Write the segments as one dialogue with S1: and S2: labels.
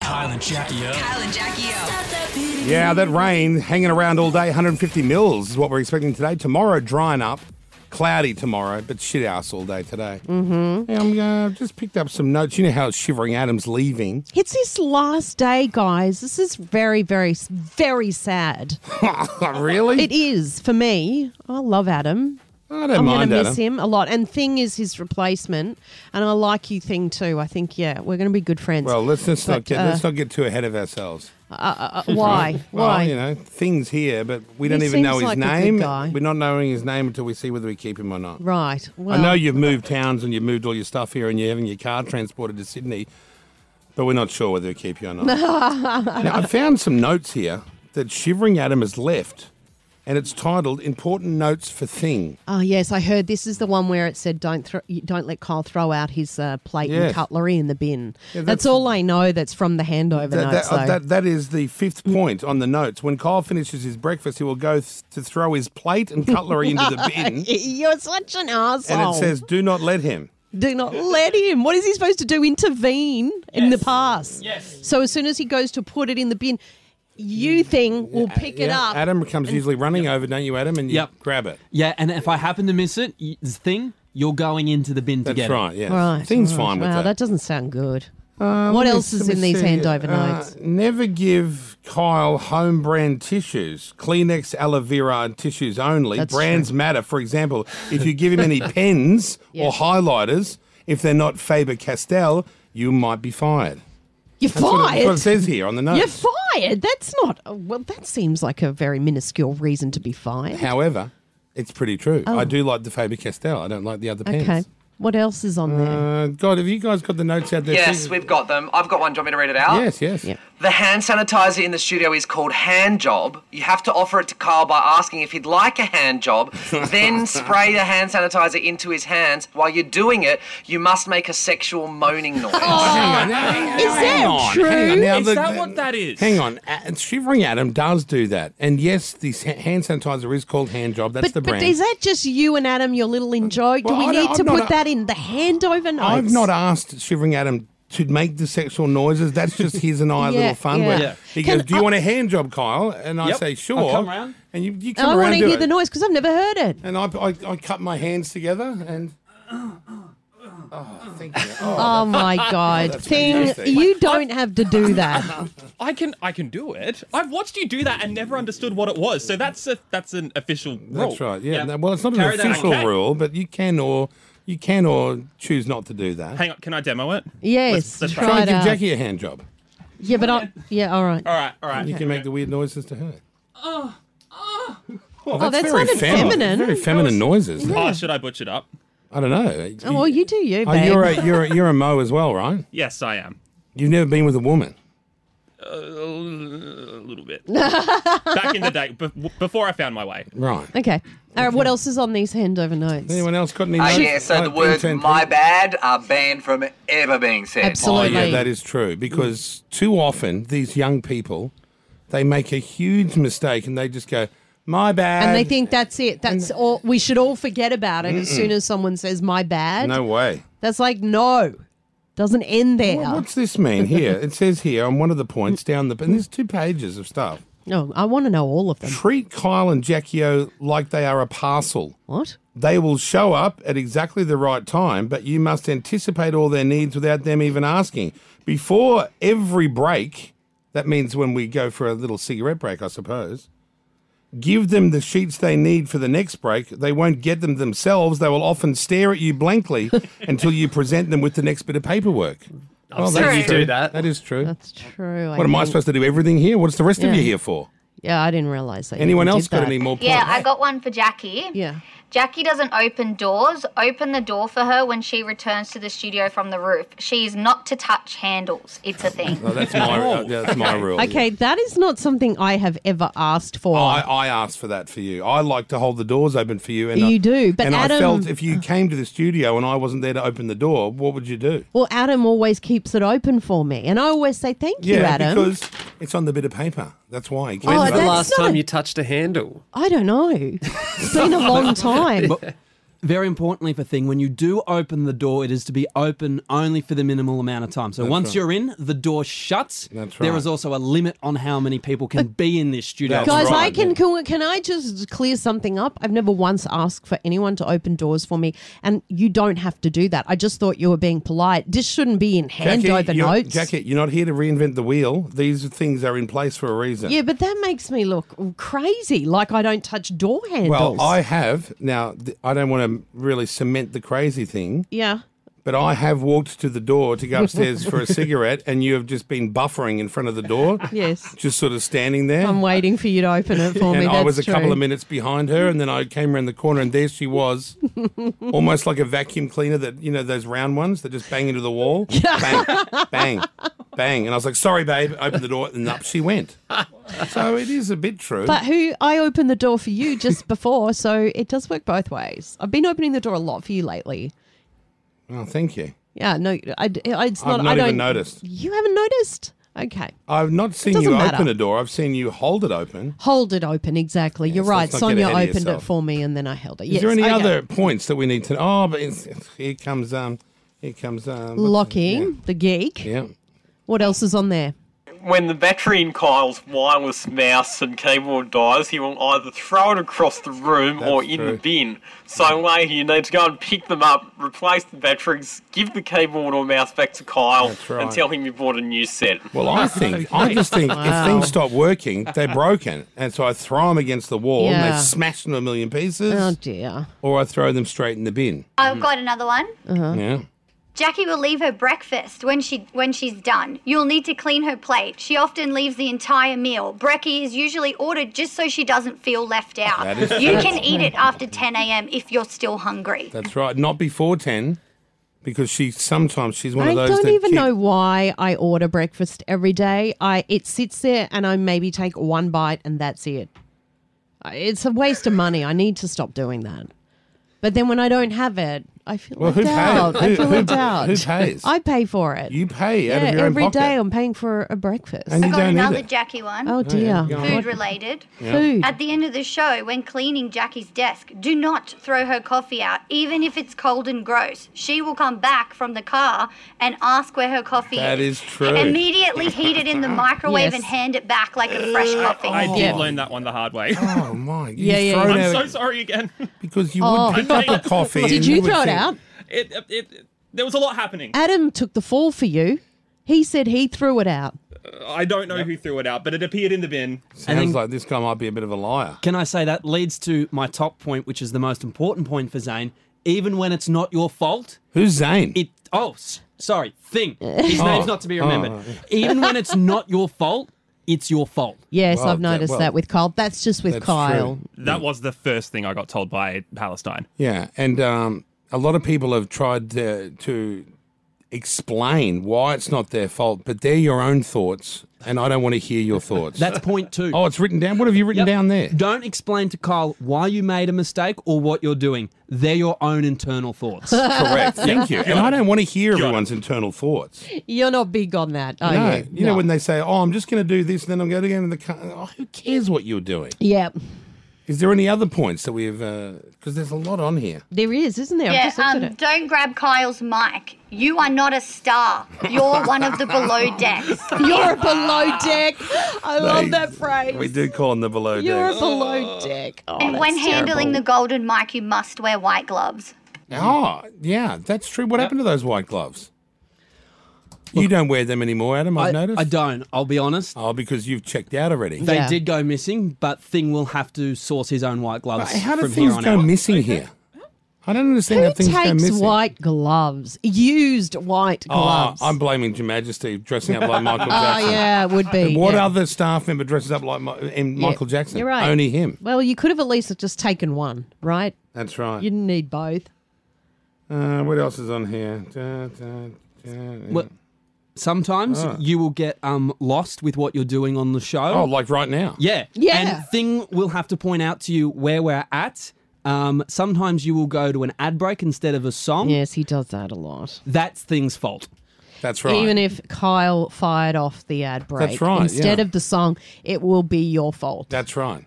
S1: Kyle and Jackie O.
S2: Kyle and Jackie O.
S3: Yeah, that rain hanging around all day, 150 mils is what we're expecting today. Tomorrow, drying up, cloudy tomorrow, but shit house all day today. Mm-hmm. I'm uh, just picked up some notes. You know how it's Shivering Adam's leaving.
S4: It's his last day, guys. This is very, very, very sad.
S3: Oh, really?
S4: It is for me. I love Adam.
S3: I don't
S4: I'm
S3: mind
S4: gonna
S3: Adam.
S4: miss him a lot. And Thing is his replacement. And I like you, Thing, too. I think, yeah, we're going to be good friends.
S3: Well, let's just not
S4: But,
S3: get
S4: uh,
S3: let's not get too ahead of ourselves.
S4: Uh, why?
S3: Well,
S4: why?
S3: you know, things here, but we don't
S4: He
S3: even know
S4: seems
S3: his
S4: like a good
S3: name.
S4: guy.
S3: We're not knowing his name until we see whether we keep him or not.
S4: Right. Well,
S3: I know you've moved towns and you've moved all your stuff here and you're having your car transported to Sydney, but we're not sure whether to keep you or not. now, I found some notes here that Shivering Adam has left, and it's titled Important Notes for Thing.
S4: Oh yes, I heard this is the one where it said don't throw, don't let Kyle throw out his uh, plate
S3: Yes.
S4: and cutlery in the bin.
S3: Yeah,
S4: that's,
S3: that's-
S4: all I know. That's from the handover
S3: That,
S4: notes.
S3: that, uh,
S4: though.
S3: that- that is the
S4: Mm.
S3: fifth point on the notes. When Kyle finishes his breakfast, he will go th- to throw his plate and cutlery into the bin,
S4: You're such an asshole.
S3: and it says, Do not let him.
S4: Do not let him. What is he supposed to do? Intervene in the pass.
S1: Yes.
S4: So as soon as he goes to put it in the bin, you thing will pick it
S3: Mm. Yeah,
S4: up.
S3: Adam comes usually running over, don't you, Adam? And you
S1: Yep.
S3: grab it.
S1: Yeah, and if I happen to miss it, y- this thing, you're going into the bin to
S3: That's
S1: get
S3: right, yeah.
S4: right.
S3: Things
S4: right.
S3: fine with
S4: wow,
S3: that.
S4: that doesn't sound good.
S3: Uh,
S4: What
S3: let me-
S4: else
S3: let
S4: is
S3: me
S4: in these
S3: see.
S4: handover
S3: Uh,
S4: notes?
S3: Never give Kyle home brand tissues. Kleenex, aloe vera, and tissues only.
S4: That's
S3: Brands matter. For example, if you give him any pens or highlighters, if they're not Faber Castell, you might be fired.
S4: You're
S3: That's what, it, that's
S4: fired.
S3: what it says here on the
S4: You're
S3: notes.
S4: fired. That's not. uh, Well, that seems like a very minuscule reason to be fired. Oh.
S3: However, it's pretty true. I do like the Faber Castell. I don't like the other pens.
S4: Okay. What else is on there?
S3: Uh, God, have you guys got the notes out there?
S5: Yes,
S3: too?
S5: we've got them. I've got one. Do you want me to read it out?
S3: Yes, yes.
S4: Yep.
S5: The hand sanitizer in the studio is called hand job. You have to offer it to Kyle by asking if he'd like a hand job, then spray the hand sanitizer into his hands. While you're doing it, you must make a sexual moaning noise.
S4: Oh,
S5: Uh,
S3: Hang on, Oh, hang on,
S4: Is
S3: hang
S4: that
S3: on,
S4: true?
S3: hang on. Now,
S1: Is
S3: the-
S1: that what that is?
S3: Hang on. A- Shivering Adam does do that. And yes, the s- hand sanitizer is called Hand Job. That's
S4: But,
S3: the
S4: but
S3: brand.
S4: is that just you and Adam, your little enjoy? Do
S3: Well, I
S4: we
S3: don't-
S4: need
S3: I'm
S4: to
S3: not
S4: put
S3: a-
S4: that in the handover notes?
S3: I've not asked Shivering Adam to make the sexual noises. That's just his and I
S4: Yeah,
S3: little fun. Where
S4: yeah.
S3: He
S4: Can
S3: goes, Do you
S4: I-
S3: want a hand job, Kyle? And I
S1: Yep,
S3: say,
S1: I'll
S3: Sure.
S1: come round.
S3: And you, you
S4: And
S3: come
S4: I
S3: around.
S4: want to
S3: do
S4: hear
S3: it.
S4: the noise because I've never heard it.
S3: And I, I, I cut my hands together and. Oh, thank you. Oh,
S4: Oh my God,
S3: that's
S4: thing!
S3: fantastic.
S4: You don't have to do that.
S6: I can I can do it. I've watched you do that and never understood what it was. So that's a that's an official
S1: Oh,
S6: rule.
S3: That's right. Yeah. No, well, it's not
S6: Carry
S3: an
S6: that,
S3: official
S6: okay.
S3: rule, but you can or you can or choose not to do that.
S6: Hang on, can I demo it?
S4: Yes,
S6: let's
S4: try
S3: Try and
S4: it
S3: give
S4: out.
S3: Jackie a hand job.
S4: Yeah, but I, yeah, all right.
S6: All right, all right.
S3: You can make the weird noises to her. Oh,
S4: that sounded feminine.
S3: Very feminine noises.
S6: Oh, should I butch it up?
S3: I don't know.
S4: Oh, well, you do you,
S3: Oh,
S4: babe.
S3: you're a you're a, you're a mo as well, right?
S6: Yes, I am.
S3: You've never been with a woman.
S6: A little bit. Back in the day, be- before I found my way.
S3: Right.
S4: Okay. All right. What else is on these handover notes?
S3: Anyone else got any?
S5: Uh,
S3: notes?
S5: yeah, so
S3: Oh,
S5: the words
S3: intern-
S5: my bad are banned from ever being said.
S4: Absolutely.
S3: Oh yeah, that is true because too often these young people they make a huge mistake and they just go my bad.
S4: and they think that's it. That's all. We should all forget about it as soon as someone says "my bad."
S3: no way.
S4: That's like no, doesn't end there.
S3: Well, what's this mean here? It says here on one of the points down the and there's two pages of stuff.
S4: No, I want to know all of them.
S3: Treat Kyle and Jackio like they are a parcel.
S4: What?
S3: They will show up at exactly the right time, but you must anticipate all their needs without them even asking. Before every break, that means when we go for a little cigarette break, I suppose, give them the sheets they need for the next break. They won't get them themselves. They will often stare at you blankly until you present them with the next bit of paperwork. Well,
S1: seen you do that.
S3: That is true.
S4: That's true.
S3: what am I supposed to do? Everything here? What's the rest
S4: Yeah.
S3: of you here for?
S4: Yeah, I didn't realize that. you
S3: Anyone
S4: did
S3: else got
S4: that.
S3: any more points?
S7: Yeah, I got one for Jackie.
S4: Yeah.
S7: Jackie doesn't open doors. Open the door for her when she returns to the studio from the roof. She is not to touch handles. It's a thing.
S3: Oh, that's my yeah, that's my rule.
S4: Okay, that is not something I have ever asked for.
S3: Oh, I, I asked for that for you. I like to hold the doors open for you. And I,
S4: You do, but
S3: and I
S4: Adam-
S3: felt if you came to the studio and I wasn't there to open the door, what would you do?
S4: well, Adam always keeps it open for me, and I always say thank you, Adam.
S3: because it's on the bit of paper. That's why. he
S4: Oh,
S3: keeps
S1: When's
S3: it
S1: the
S4: that's
S3: open.
S1: last
S4: not
S1: time
S4: a-
S1: you touched a handle?
S4: I don't know. It's been a long time.
S1: very importantly for Thing, when you do open the door, it is to be open only for the minimal amount of time. So once
S3: right.
S1: you're in, the door shuts.
S3: That's
S1: There
S3: right.
S1: is also a limit on how many people can be in this studio.
S3: That's
S4: Guys,
S3: right,
S4: I can,
S3: yeah.
S4: can can I just clear something up? I've never once asked for anyone to open doors for me, and you don't have to do that. I just thought you were being polite. This shouldn't be in handover
S3: you're,
S4: notes.
S3: Jackie, you're not here to reinvent the wheel. These things are in place for a reason.
S4: Yeah, but that makes me look crazy. Like I don't touch door handles.
S3: Well, I have now. th- I don't want to really cement the crazy thing,
S4: yeah.
S3: but I have walked to the door to go upstairs for a cigarette, and you have just been buffering in front of the door,
S4: Yes.
S3: just sort of standing there.
S4: I'm waiting for you to open it for me.
S3: and I
S4: That's
S3: was a couple
S4: true.
S3: of minutes behind her, and then I came around the corner, and there she was, almost like a vacuum cleaner that you know those round ones that just bang into the wall, bang, bang, bang. And I was like, "Sorry, babe," open the door, and up she went. So it is a bit true.
S4: But who I opened the door for you just before, so it does work both ways. I've been opening the door a lot for you lately.
S3: oh, thank you.
S4: Yeah, no, I, I- it's not.
S3: I've not
S4: I don't
S3: even noticed.
S4: You haven't noticed. Okay,
S3: I've not seen
S4: doesn't
S3: you
S4: matter.
S3: open a door. I've seen you hold it open.
S4: hold it open. Exactly, you're
S3: Yes,
S4: right.
S3: let's not get
S4: Sonia
S3: ahead of
S4: opened it
S3: yourself.
S4: for me, and then I held it.
S3: Is there any other points that we need to? Oh, but it's, here comes um, here comes um, what's-
S4: locking the geek?
S3: Yeah. yeah.
S4: What else is on there?
S2: When the battery in Kyle's wireless mouse and keyboard dies, he will either throw it across the room or
S3: That's
S2: in
S3: true. Mm.
S2: the bin. So later you need to go and pick them up, replace the batteries, give the keyboard or mouse back to Kyle,
S3: That's right.
S2: and tell him you bought a new set.
S3: Well, I think I just think if things stop working, they're broken, and so I throw them against the wall and
S4: Yeah.
S3: they smash into a million pieces,
S4: Oh dear.
S3: or I throw them straight in the bin.
S7: I've got another one.
S4: Uh. Uh-huh.
S3: Yeah.
S7: Jackie will leave her breakfast when she when she's done. You'll need to clean her plate. She often leaves the entire meal. Brekkie is usually ordered just so she doesn't feel left out.
S3: That is
S7: you
S3: true.
S7: can eat it after 10 a.m. if you're still hungry.
S3: That's right. Not before ten, because she sometimes she's one
S4: I
S3: of those.
S4: don't
S3: that
S4: even
S3: keep-
S4: know why I order breakfast every day. I it sits there and I maybe take one bite and that's it. I- It's a waste of money. I need to stop doing that. But then when I don't have it, I feel
S3: Well,
S4: left
S3: who pays?
S4: out. I
S3: Who-
S4: feel
S3: who-
S4: left out.
S3: who pays?
S4: I pay for it.
S3: You pay
S4: yeah,
S3: out of your
S4: every
S3: own pocket.
S4: day I'm paying for a breakfast.
S3: And
S7: I've
S3: you
S7: got
S3: don't
S7: another
S3: need it.
S7: Jackie one.
S4: oh dear.
S3: go on.
S7: Food related.
S4: Food.
S7: At the end of the show, when cleaning Jackie's desk, do not throw her coffee out, even if it's cold and gross. She will come back from the car and ask where her coffee
S3: That
S7: is.
S3: is true.
S7: Immediately heat it in the microwave
S4: Yes.
S7: and hand it back like a fresh coffee.
S6: I did
S4: Oh. Yeah.
S6: learn that one the hard way.
S3: Oh my! You
S4: Yeah, yeah,
S3: throw it
S6: I'm
S3: out
S6: so sorry again.
S3: because you
S4: Oh.
S3: would pick up the coffee.
S4: Did
S3: and
S4: you
S3: would
S4: throw it
S3: think-
S4: out?
S6: It, it, it- there was a lot happening.
S4: Adam took the fall for you. He said he threw it out.
S6: I don't know who threw it out, but it appeared in the bin.
S3: Sounds like this guy might be a bit of a liar.
S1: Can I say that leads to my top point, which is the most important point for Zane? Even when it's not your fault,
S3: Who's Zane?
S1: it. Oh, s- sorry, thing. His
S3: Oh.
S1: name's not to be remembered. Even when it's not your fault, it's your fault.
S4: Yes,
S3: Well,
S4: I've
S3: that-
S4: noticed
S3: well,
S4: that, with Kyle. That's just with
S3: That's
S4: Kyle.
S3: true.
S6: That was the first thing I got told by Palestine.
S3: Yeah, and um, a lot of people have tried to, to explain why it's not their fault, but they're your own thoughts, and I don't want to hear your thoughts.
S1: That's point two.
S3: oh, it's written down. What have you written
S1: Yep.
S3: down there?
S1: Don't explain to Kyle why you made a mistake or what you're doing. They're your own internal thoughts.
S3: Correct. Thank you. And I don't want to hear everyone's internal thoughts.
S4: You're not big on that, are
S3: no,
S4: you?
S3: you know when they say, "Oh, I'm just going to do this," and then I'm going to go in the car. Oh, who cares what you're doing?
S4: Yeah,
S3: Is there any other points that we've? Because there's a lot on here.
S4: there is, isn't there? I've
S7: Yeah,
S4: just looked at
S7: um,
S4: it.
S7: don't grab Kyle's mic. You are not a star. You're one of the below decks.
S4: You're a below deck. I love
S3: They-
S4: that phrase.
S3: We do call them the below
S4: You're a
S3: decks.
S4: below deck. Oh,
S7: Oh. And
S4: that's
S7: when
S4: terrible.
S7: handling the golden mic, you must wear white gloves.
S3: Oh, yeah, that's true. What happened to those white gloves? you don't wear them anymore, Adam. I've
S1: I,
S3: noticed.
S1: I don't. I'll be honest.
S3: Oh, because you've checked out already.
S1: They
S4: Yeah.
S1: did go missing, but Thing will have to source his own white gloves
S3: How do
S1: from here
S3: things
S1: on
S3: go
S1: out.
S3: missing here? I don't understand how
S4: Who
S3: things go
S4: takes
S3: missing.
S4: white gloves? Used white
S3: Oh,
S4: gloves.
S3: I'm blaming Your Majesty dressing up like Michael
S4: Oh,
S3: Jackson.
S4: yeah, would be.
S3: What
S4: yeah.
S3: other staff member dresses up like Mi- and
S4: Yeah,
S3: Michael Jackson?
S4: You're right.
S3: Only him.
S4: Well, you could have at least just taken one, right?
S3: That's right.
S4: You didn't need both.
S3: Uh, what else is on here? Da, da, da.
S1: Well, sometimes you will get um, lost with what you're doing on the show.
S3: Ah. oh, like right now.
S1: Yeah.
S4: Yeah.
S1: And Thing will have to point out to you where we're at. Um, sometimes you will go to an ad break instead of a song.
S4: Yes, he does that a lot.
S1: That's Thing's fault.
S3: That's right.
S4: Even if Kyle fired off the ad break
S3: right,
S4: instead
S3: yeah.
S4: of the song, it will be your fault.
S3: That's right.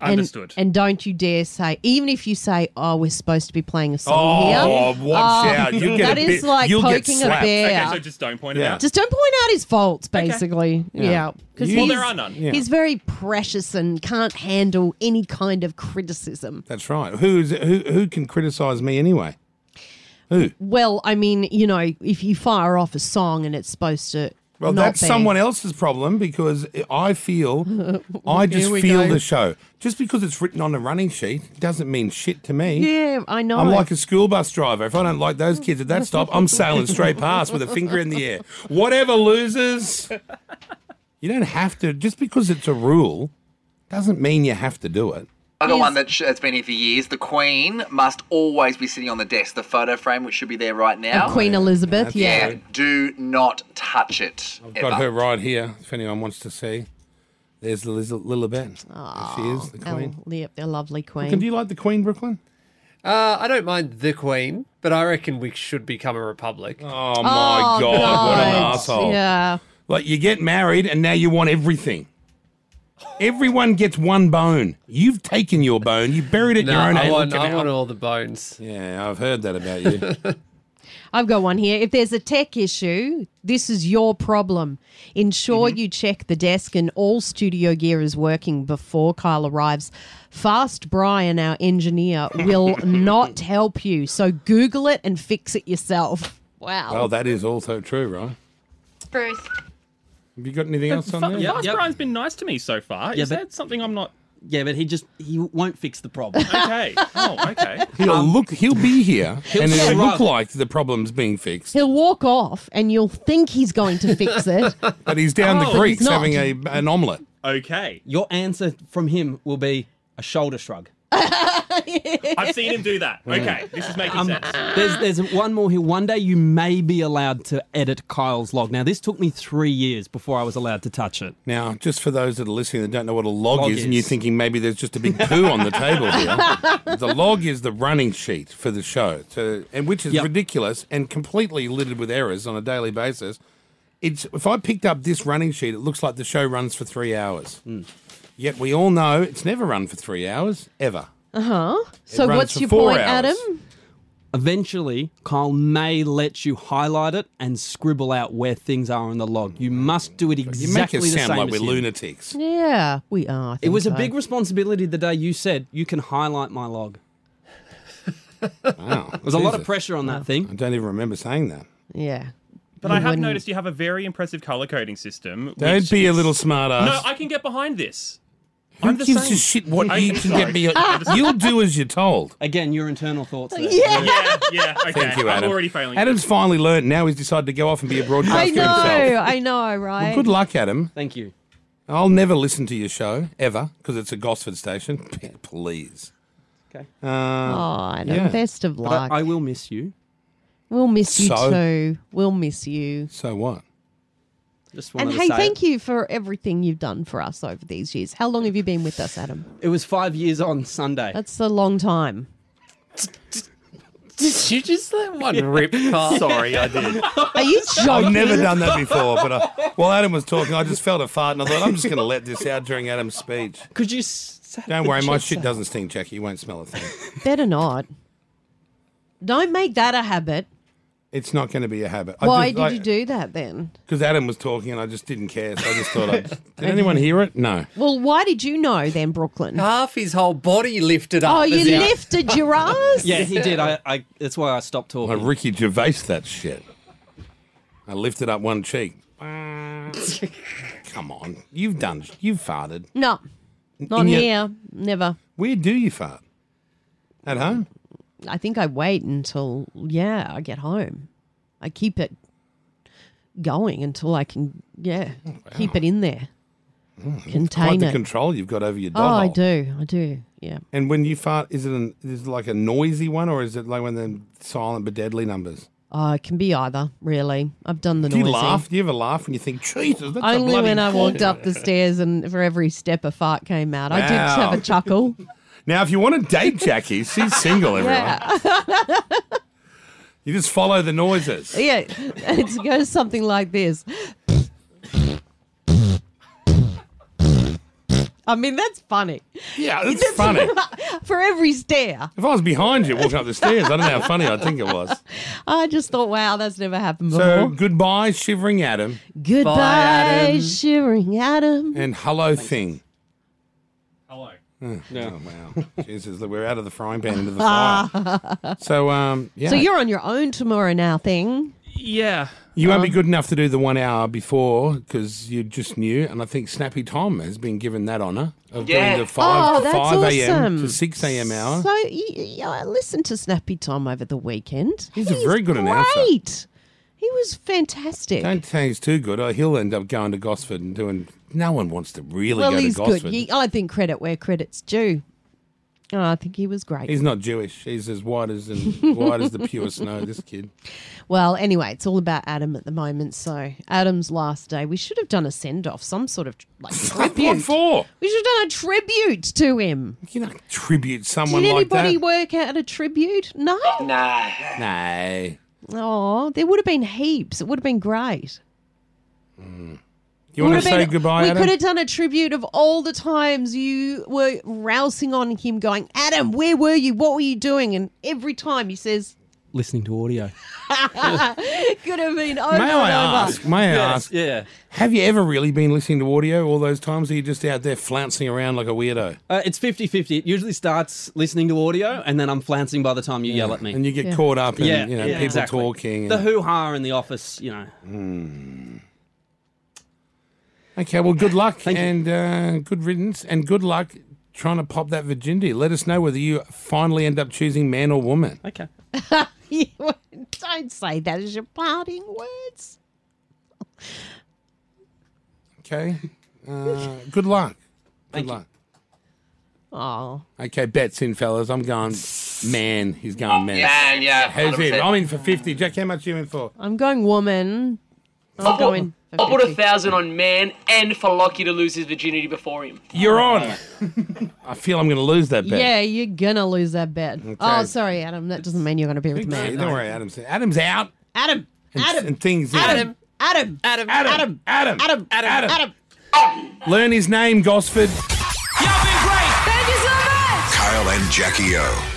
S4: And,
S6: Understood.
S4: And don't you dare say, even if you say, "Oh, we're supposed to be playing a song here."
S3: Oh, watch
S4: Oh,
S3: out! You get
S4: that
S3: a
S4: is
S3: bit-
S4: like
S3: you'll get
S4: poking a
S3: slapped.
S4: bear.
S6: Okay, so just don't point it
S3: Yeah.
S6: out.
S4: Just don't point out his faults, basically. Yeah. because
S3: Well,
S6: there are none. Yeah.
S4: He's very precious and can't handle any kind of criticism.
S3: That's right. Who's who? Who can criticize me anyway? Who?
S4: Well, I mean, you know, if you fire off a song and it's supposed to.
S3: Well,
S4: not
S3: that's
S4: be-
S3: someone else's problem because I feel, I just
S4: we
S3: feel
S4: go.
S3: the show. Just because it's written on a running sheet doesn't mean shit to me.
S4: Yeah, I know.
S3: I'm like a school bus driver. If I don't like those kids at that stop, I'm sailing straight past with a finger in the air. Whatever loses. You don't have to. Just because it's a rule doesn't mean you have to do it.
S5: Another
S4: Is-
S5: one that sh- that's been here for years. The Queen must always be sitting on the desk. The photo frame, which should be there right now.
S4: Queen Elizabeth.
S3: That's
S4: Yeah.
S5: Yeah, do not touch it.
S3: I've got
S5: ever.
S3: her right here. If anyone wants to see, there's the Liz- Lilibet. There she is, the queen.
S4: Oh, yep, they're lovely queen.
S3: Can do you like the queen, Brooklyn?
S8: Uh, I don't mind the Queen, but I reckon we should become a republic.
S3: Oh my
S4: Oh,
S3: god, what an
S4: God.
S3: asshole!
S4: Yeah.
S3: Like you get married and now you want everything. Everyone gets one bone. You've taken your bone. You buried it in
S8: No,
S3: your own
S8: I
S3: anal
S8: want, I
S3: canal.
S8: want all the bones.
S3: Yeah, I've heard that about you.
S4: I've got one here. If there's a tech issue, this is your problem. Ensure
S3: Mm-hmm.
S4: you check the desk and all studio gear is working before Kyle arrives. Fast Brian, our engineer, will not help you. So Google it and fix it yourself. Wow.
S3: well, Oh, that is also true, right?
S7: Bruce.
S3: Have you got anything else on there?
S6: Fast
S1: Yep.
S6: Brian's been nice to me so far. Is
S1: but-
S6: that something I'm not?
S1: Yeah, but he just he won't fix the problem.
S6: Okay. oh, okay.
S3: He'll look. He'll be here, and it'll
S1: struggle.
S3: look like the problem's being fixed.
S4: He'll walk off and you'll think he's going to fix it.
S3: But he's down
S6: Oh,
S3: the creek
S4: he's not.
S3: having a, an omelette.
S6: Okay.
S1: Your answer from him will be a shoulder shrug.
S6: I've seen him do that. Okay. This is making sense.
S1: Um, There's there's one more here. One day you may be allowed to edit Kyle's log. Now this took me three years before I was allowed to touch it.
S3: Now, just for those that are listening that don't know what a log,
S1: Log
S3: is, and you're
S1: is.
S3: thinking maybe there's just a big poo on the table here, the log is the running sheet for the show, to, and which is
S1: Yep.
S3: ridiculous and completely littered with errors on a daily basis. It's if I picked up this running sheet, it looks like the show runs for three hours.
S1: Hmm.
S3: Yet we all know it's never run for three hours ever.
S4: so
S3: runs
S4: what's
S3: for
S4: your
S3: four
S4: point,
S3: hours.
S4: Adam?
S1: Eventually, Kyle may let you highlight it and scribble out where things are on the log. You must do it
S3: You
S1: exactly
S3: make us
S1: the
S3: sound
S1: same
S3: like
S1: as him.
S3: we're lunatics.
S4: Yeah, we are. I
S1: It
S4: think
S1: was a
S4: so.
S1: big responsibility the day you said you can highlight my log.
S3: Wow,
S1: There's a lot of pressure on that
S3: I
S1: thing.
S3: don't even remember saying that.
S4: Yeah.
S6: But I have
S4: Wouldn't-
S6: noticed you have a very impressive color coding system.
S3: Don't
S6: which
S3: be a
S6: is-
S3: little smart ass.
S6: No, I can get behind this.
S3: Who
S6: I'm the
S3: gives
S6: same.
S3: a shit what
S6: I-
S3: you can
S6: sorry.
S3: get me? You'll do as you're told.
S1: Again, your internal thoughts. There.
S4: Yeah.
S6: Yeah, yeah. Okay.
S3: Thank you, Adam.
S6: I'm already failing.
S3: Adam's finally learned. Now he's decided to go off and be a broadcaster
S4: I know,
S3: himself.
S4: I know, right?
S3: Good luck, Adam.
S1: Thank you.
S3: I'll never listen to your show ever because it's a Gosford station. Please. Uh,
S1: Okay.
S4: Oh, Adam,
S3: Yeah.
S4: best of
S1: But I-
S4: luck.
S1: I will miss you.
S4: we'll miss you
S3: So-
S4: too. We'll miss you.
S3: So what?
S1: Just
S4: And
S1: wanted
S4: hey,
S1: to say
S4: thank
S1: it.
S4: you for everything you've done for us over these years. How long have you been with us, Adam?
S1: It was five years on Sunday.
S4: That's a long time.
S8: Did you just let one rip? Carl? Sorry, I did.
S4: Are you
S3: I've
S4: joking?
S3: never done that before. But I, while Adam was talking, I just felt a fart and I thought I'm just going to let this out during Adam's speech.
S1: Could you? s-
S3: Don't worry, my shit doesn't stink, Jackie. You won't smell a thing.
S4: Better not. Don't make that a habit.
S3: It's not going to be a habit.
S4: Why did you do that then?
S3: Because Adam was talking and I just didn't care. So I just thought, I'd, did anyone hear it? No.
S4: Well, why did you know then, Brooklyn?
S8: Half his whole body lifted up.
S4: oh,
S8: as
S4: you
S8: he-
S4: lifted your ass?
S1: Yeah, he did. I, I. That's why I stopped
S3: I
S4: Mm.
S1: talking.
S3: Ricky Gervais that shit. I lifted up one cheek. Come on, you've done, you've farted.
S4: No, not
S3: In your-
S4: here. Never.
S3: Where do you fart? At home?
S4: I think I wait until yeah I get home. I keep it going until I can yeah keep it in there.
S3: Quite
S4: Contain
S3: Mm, the
S4: it.
S3: control you've got over your
S4: oh,
S3: dog.
S4: I do. I do. Yeah.
S3: And when you fart, is it an, is it like a noisy one, or is it like one of them silent but deadly numbers?
S4: Oh, it can be either. Really, I've done the
S3: Do you
S4: noisy.
S3: laugh? Do you ever laugh when you think, Jesus, that's a
S4: Only
S3: bloody
S4: when I walked
S3: cork."
S4: up the stairs and for every step a fart came out. I did
S3: Wow.
S4: have a chuckle.
S3: Now, if you want to date Jackie, she's single, everyone.
S4: yeah.
S3: You just follow the noises.
S4: yeah. It goes something like this. I mean, that's funny.
S3: Yeah, that's funny.
S4: For every stare,
S3: If I was behind you walking up the stairs, I don't know how funny I think it was.
S4: I just thought, wow, that's never happened before.
S3: So goodbye, shivering Adam,
S4: Goodbye,
S8: Adam.
S4: shivering Adam.
S3: and hello thing.
S6: Hello.
S3: Oh wow, Jesus, look, we're out of the frying pan into the fire. So um, yeah,
S4: So you're on your own tomorrow now, thing.
S6: Yeah.
S3: you
S4: um
S3: won't be good enough to do the one hour before because you're just new, and I think Snappy Tom has been given that honour of
S5: Yeah.
S3: doing the five
S4: Oh, that's
S3: five a.m. to
S4: awesome.
S3: six a.m. hour.
S4: So y- y- I listened to Snappy Tom over the weekend.
S3: He's a very good announcer.
S4: Great. He was fantastic.
S3: Don't say he's too good, or he'll end up going to Gosford and doing. No one wants to really
S4: well,
S3: go
S4: he's
S3: to Gosford.
S4: good. Ye- I think credit where credit's due. Oh, I think he was great.
S3: He's not Jewish. He's as white as and white as the pure snow. This kid.
S4: Well, anyway, it's all about Adam at the moment. So Adam's last day, we should have done a send off, some sort of like
S3: What
S4: tribute.
S3: for?
S4: We should have done a tribute to him.
S3: You know, tribute someone
S4: Did
S3: like
S4: anybody
S3: that.
S4: work out a tribute? No.
S5: Nah.
S3: no.
S4: Oh, there would have been heaps. It would have been great.
S3: You want to
S4: Would have
S3: say
S4: been-
S3: goodbye,
S4: We
S3: Adam?
S4: could have done a tribute of all the times you were rousing on him, going, Adam, where were you? What were you doing? And every time he says,
S1: Listening to audio.
S4: could have been over
S3: May
S4: and
S3: I
S4: over.
S3: ask? May I ask?
S6: Yeah.
S3: Have you ever really been listening to audio all those times? Or are you just out there flouncing around like a weirdo?
S1: Uh, it's 50 50. It usually starts listening to audio, and then I'm flouncing by the time you yell at me.
S3: And you get
S4: Yeah.
S3: caught up in
S1: yeah,
S3: you know
S1: yeah,
S3: people
S1: exactly.
S3: talking. and-
S1: The hoo ha in the office, you know.
S3: okay, well, good luck
S1: you.
S3: and uh, good riddance and good luck trying to pop that virginity. Let us know whether you finally end up choosing man or woman.
S1: Okay.
S4: Don't say that as your parting words.
S3: Okay. Uh, good luck. Good
S1: Thank you.
S3: luck.
S4: Oh,
S3: Okay, bets in, fellas. I'm going man. He's going man.
S5: Man, yeah.
S3: Who's in?
S5: 100%.
S3: I'm in for 50. Jack, how much you in for?
S4: I'm going woman. I'm going. for
S9: I'll put a
S4: 50.
S9: thousand on man and for Lockie to lose his virginity before him.
S3: You're on. I feel I'm going to lose that bet.
S4: Yeah, you're gonna lose that bet. Oh, sorry, Adam. That doesn't mean you're gonna be with
S3: Okay,
S4: me.
S3: don't worry, Adam's Adam's out.
S4: Adam. Adam.
S3: and things. in.
S4: Adam. Adam.
S8: Adam.
S3: Adam. Adam.
S4: Adam. Adam. Adam.
S3: Learn his name, Gosford.
S10: Kyle and Jackie O.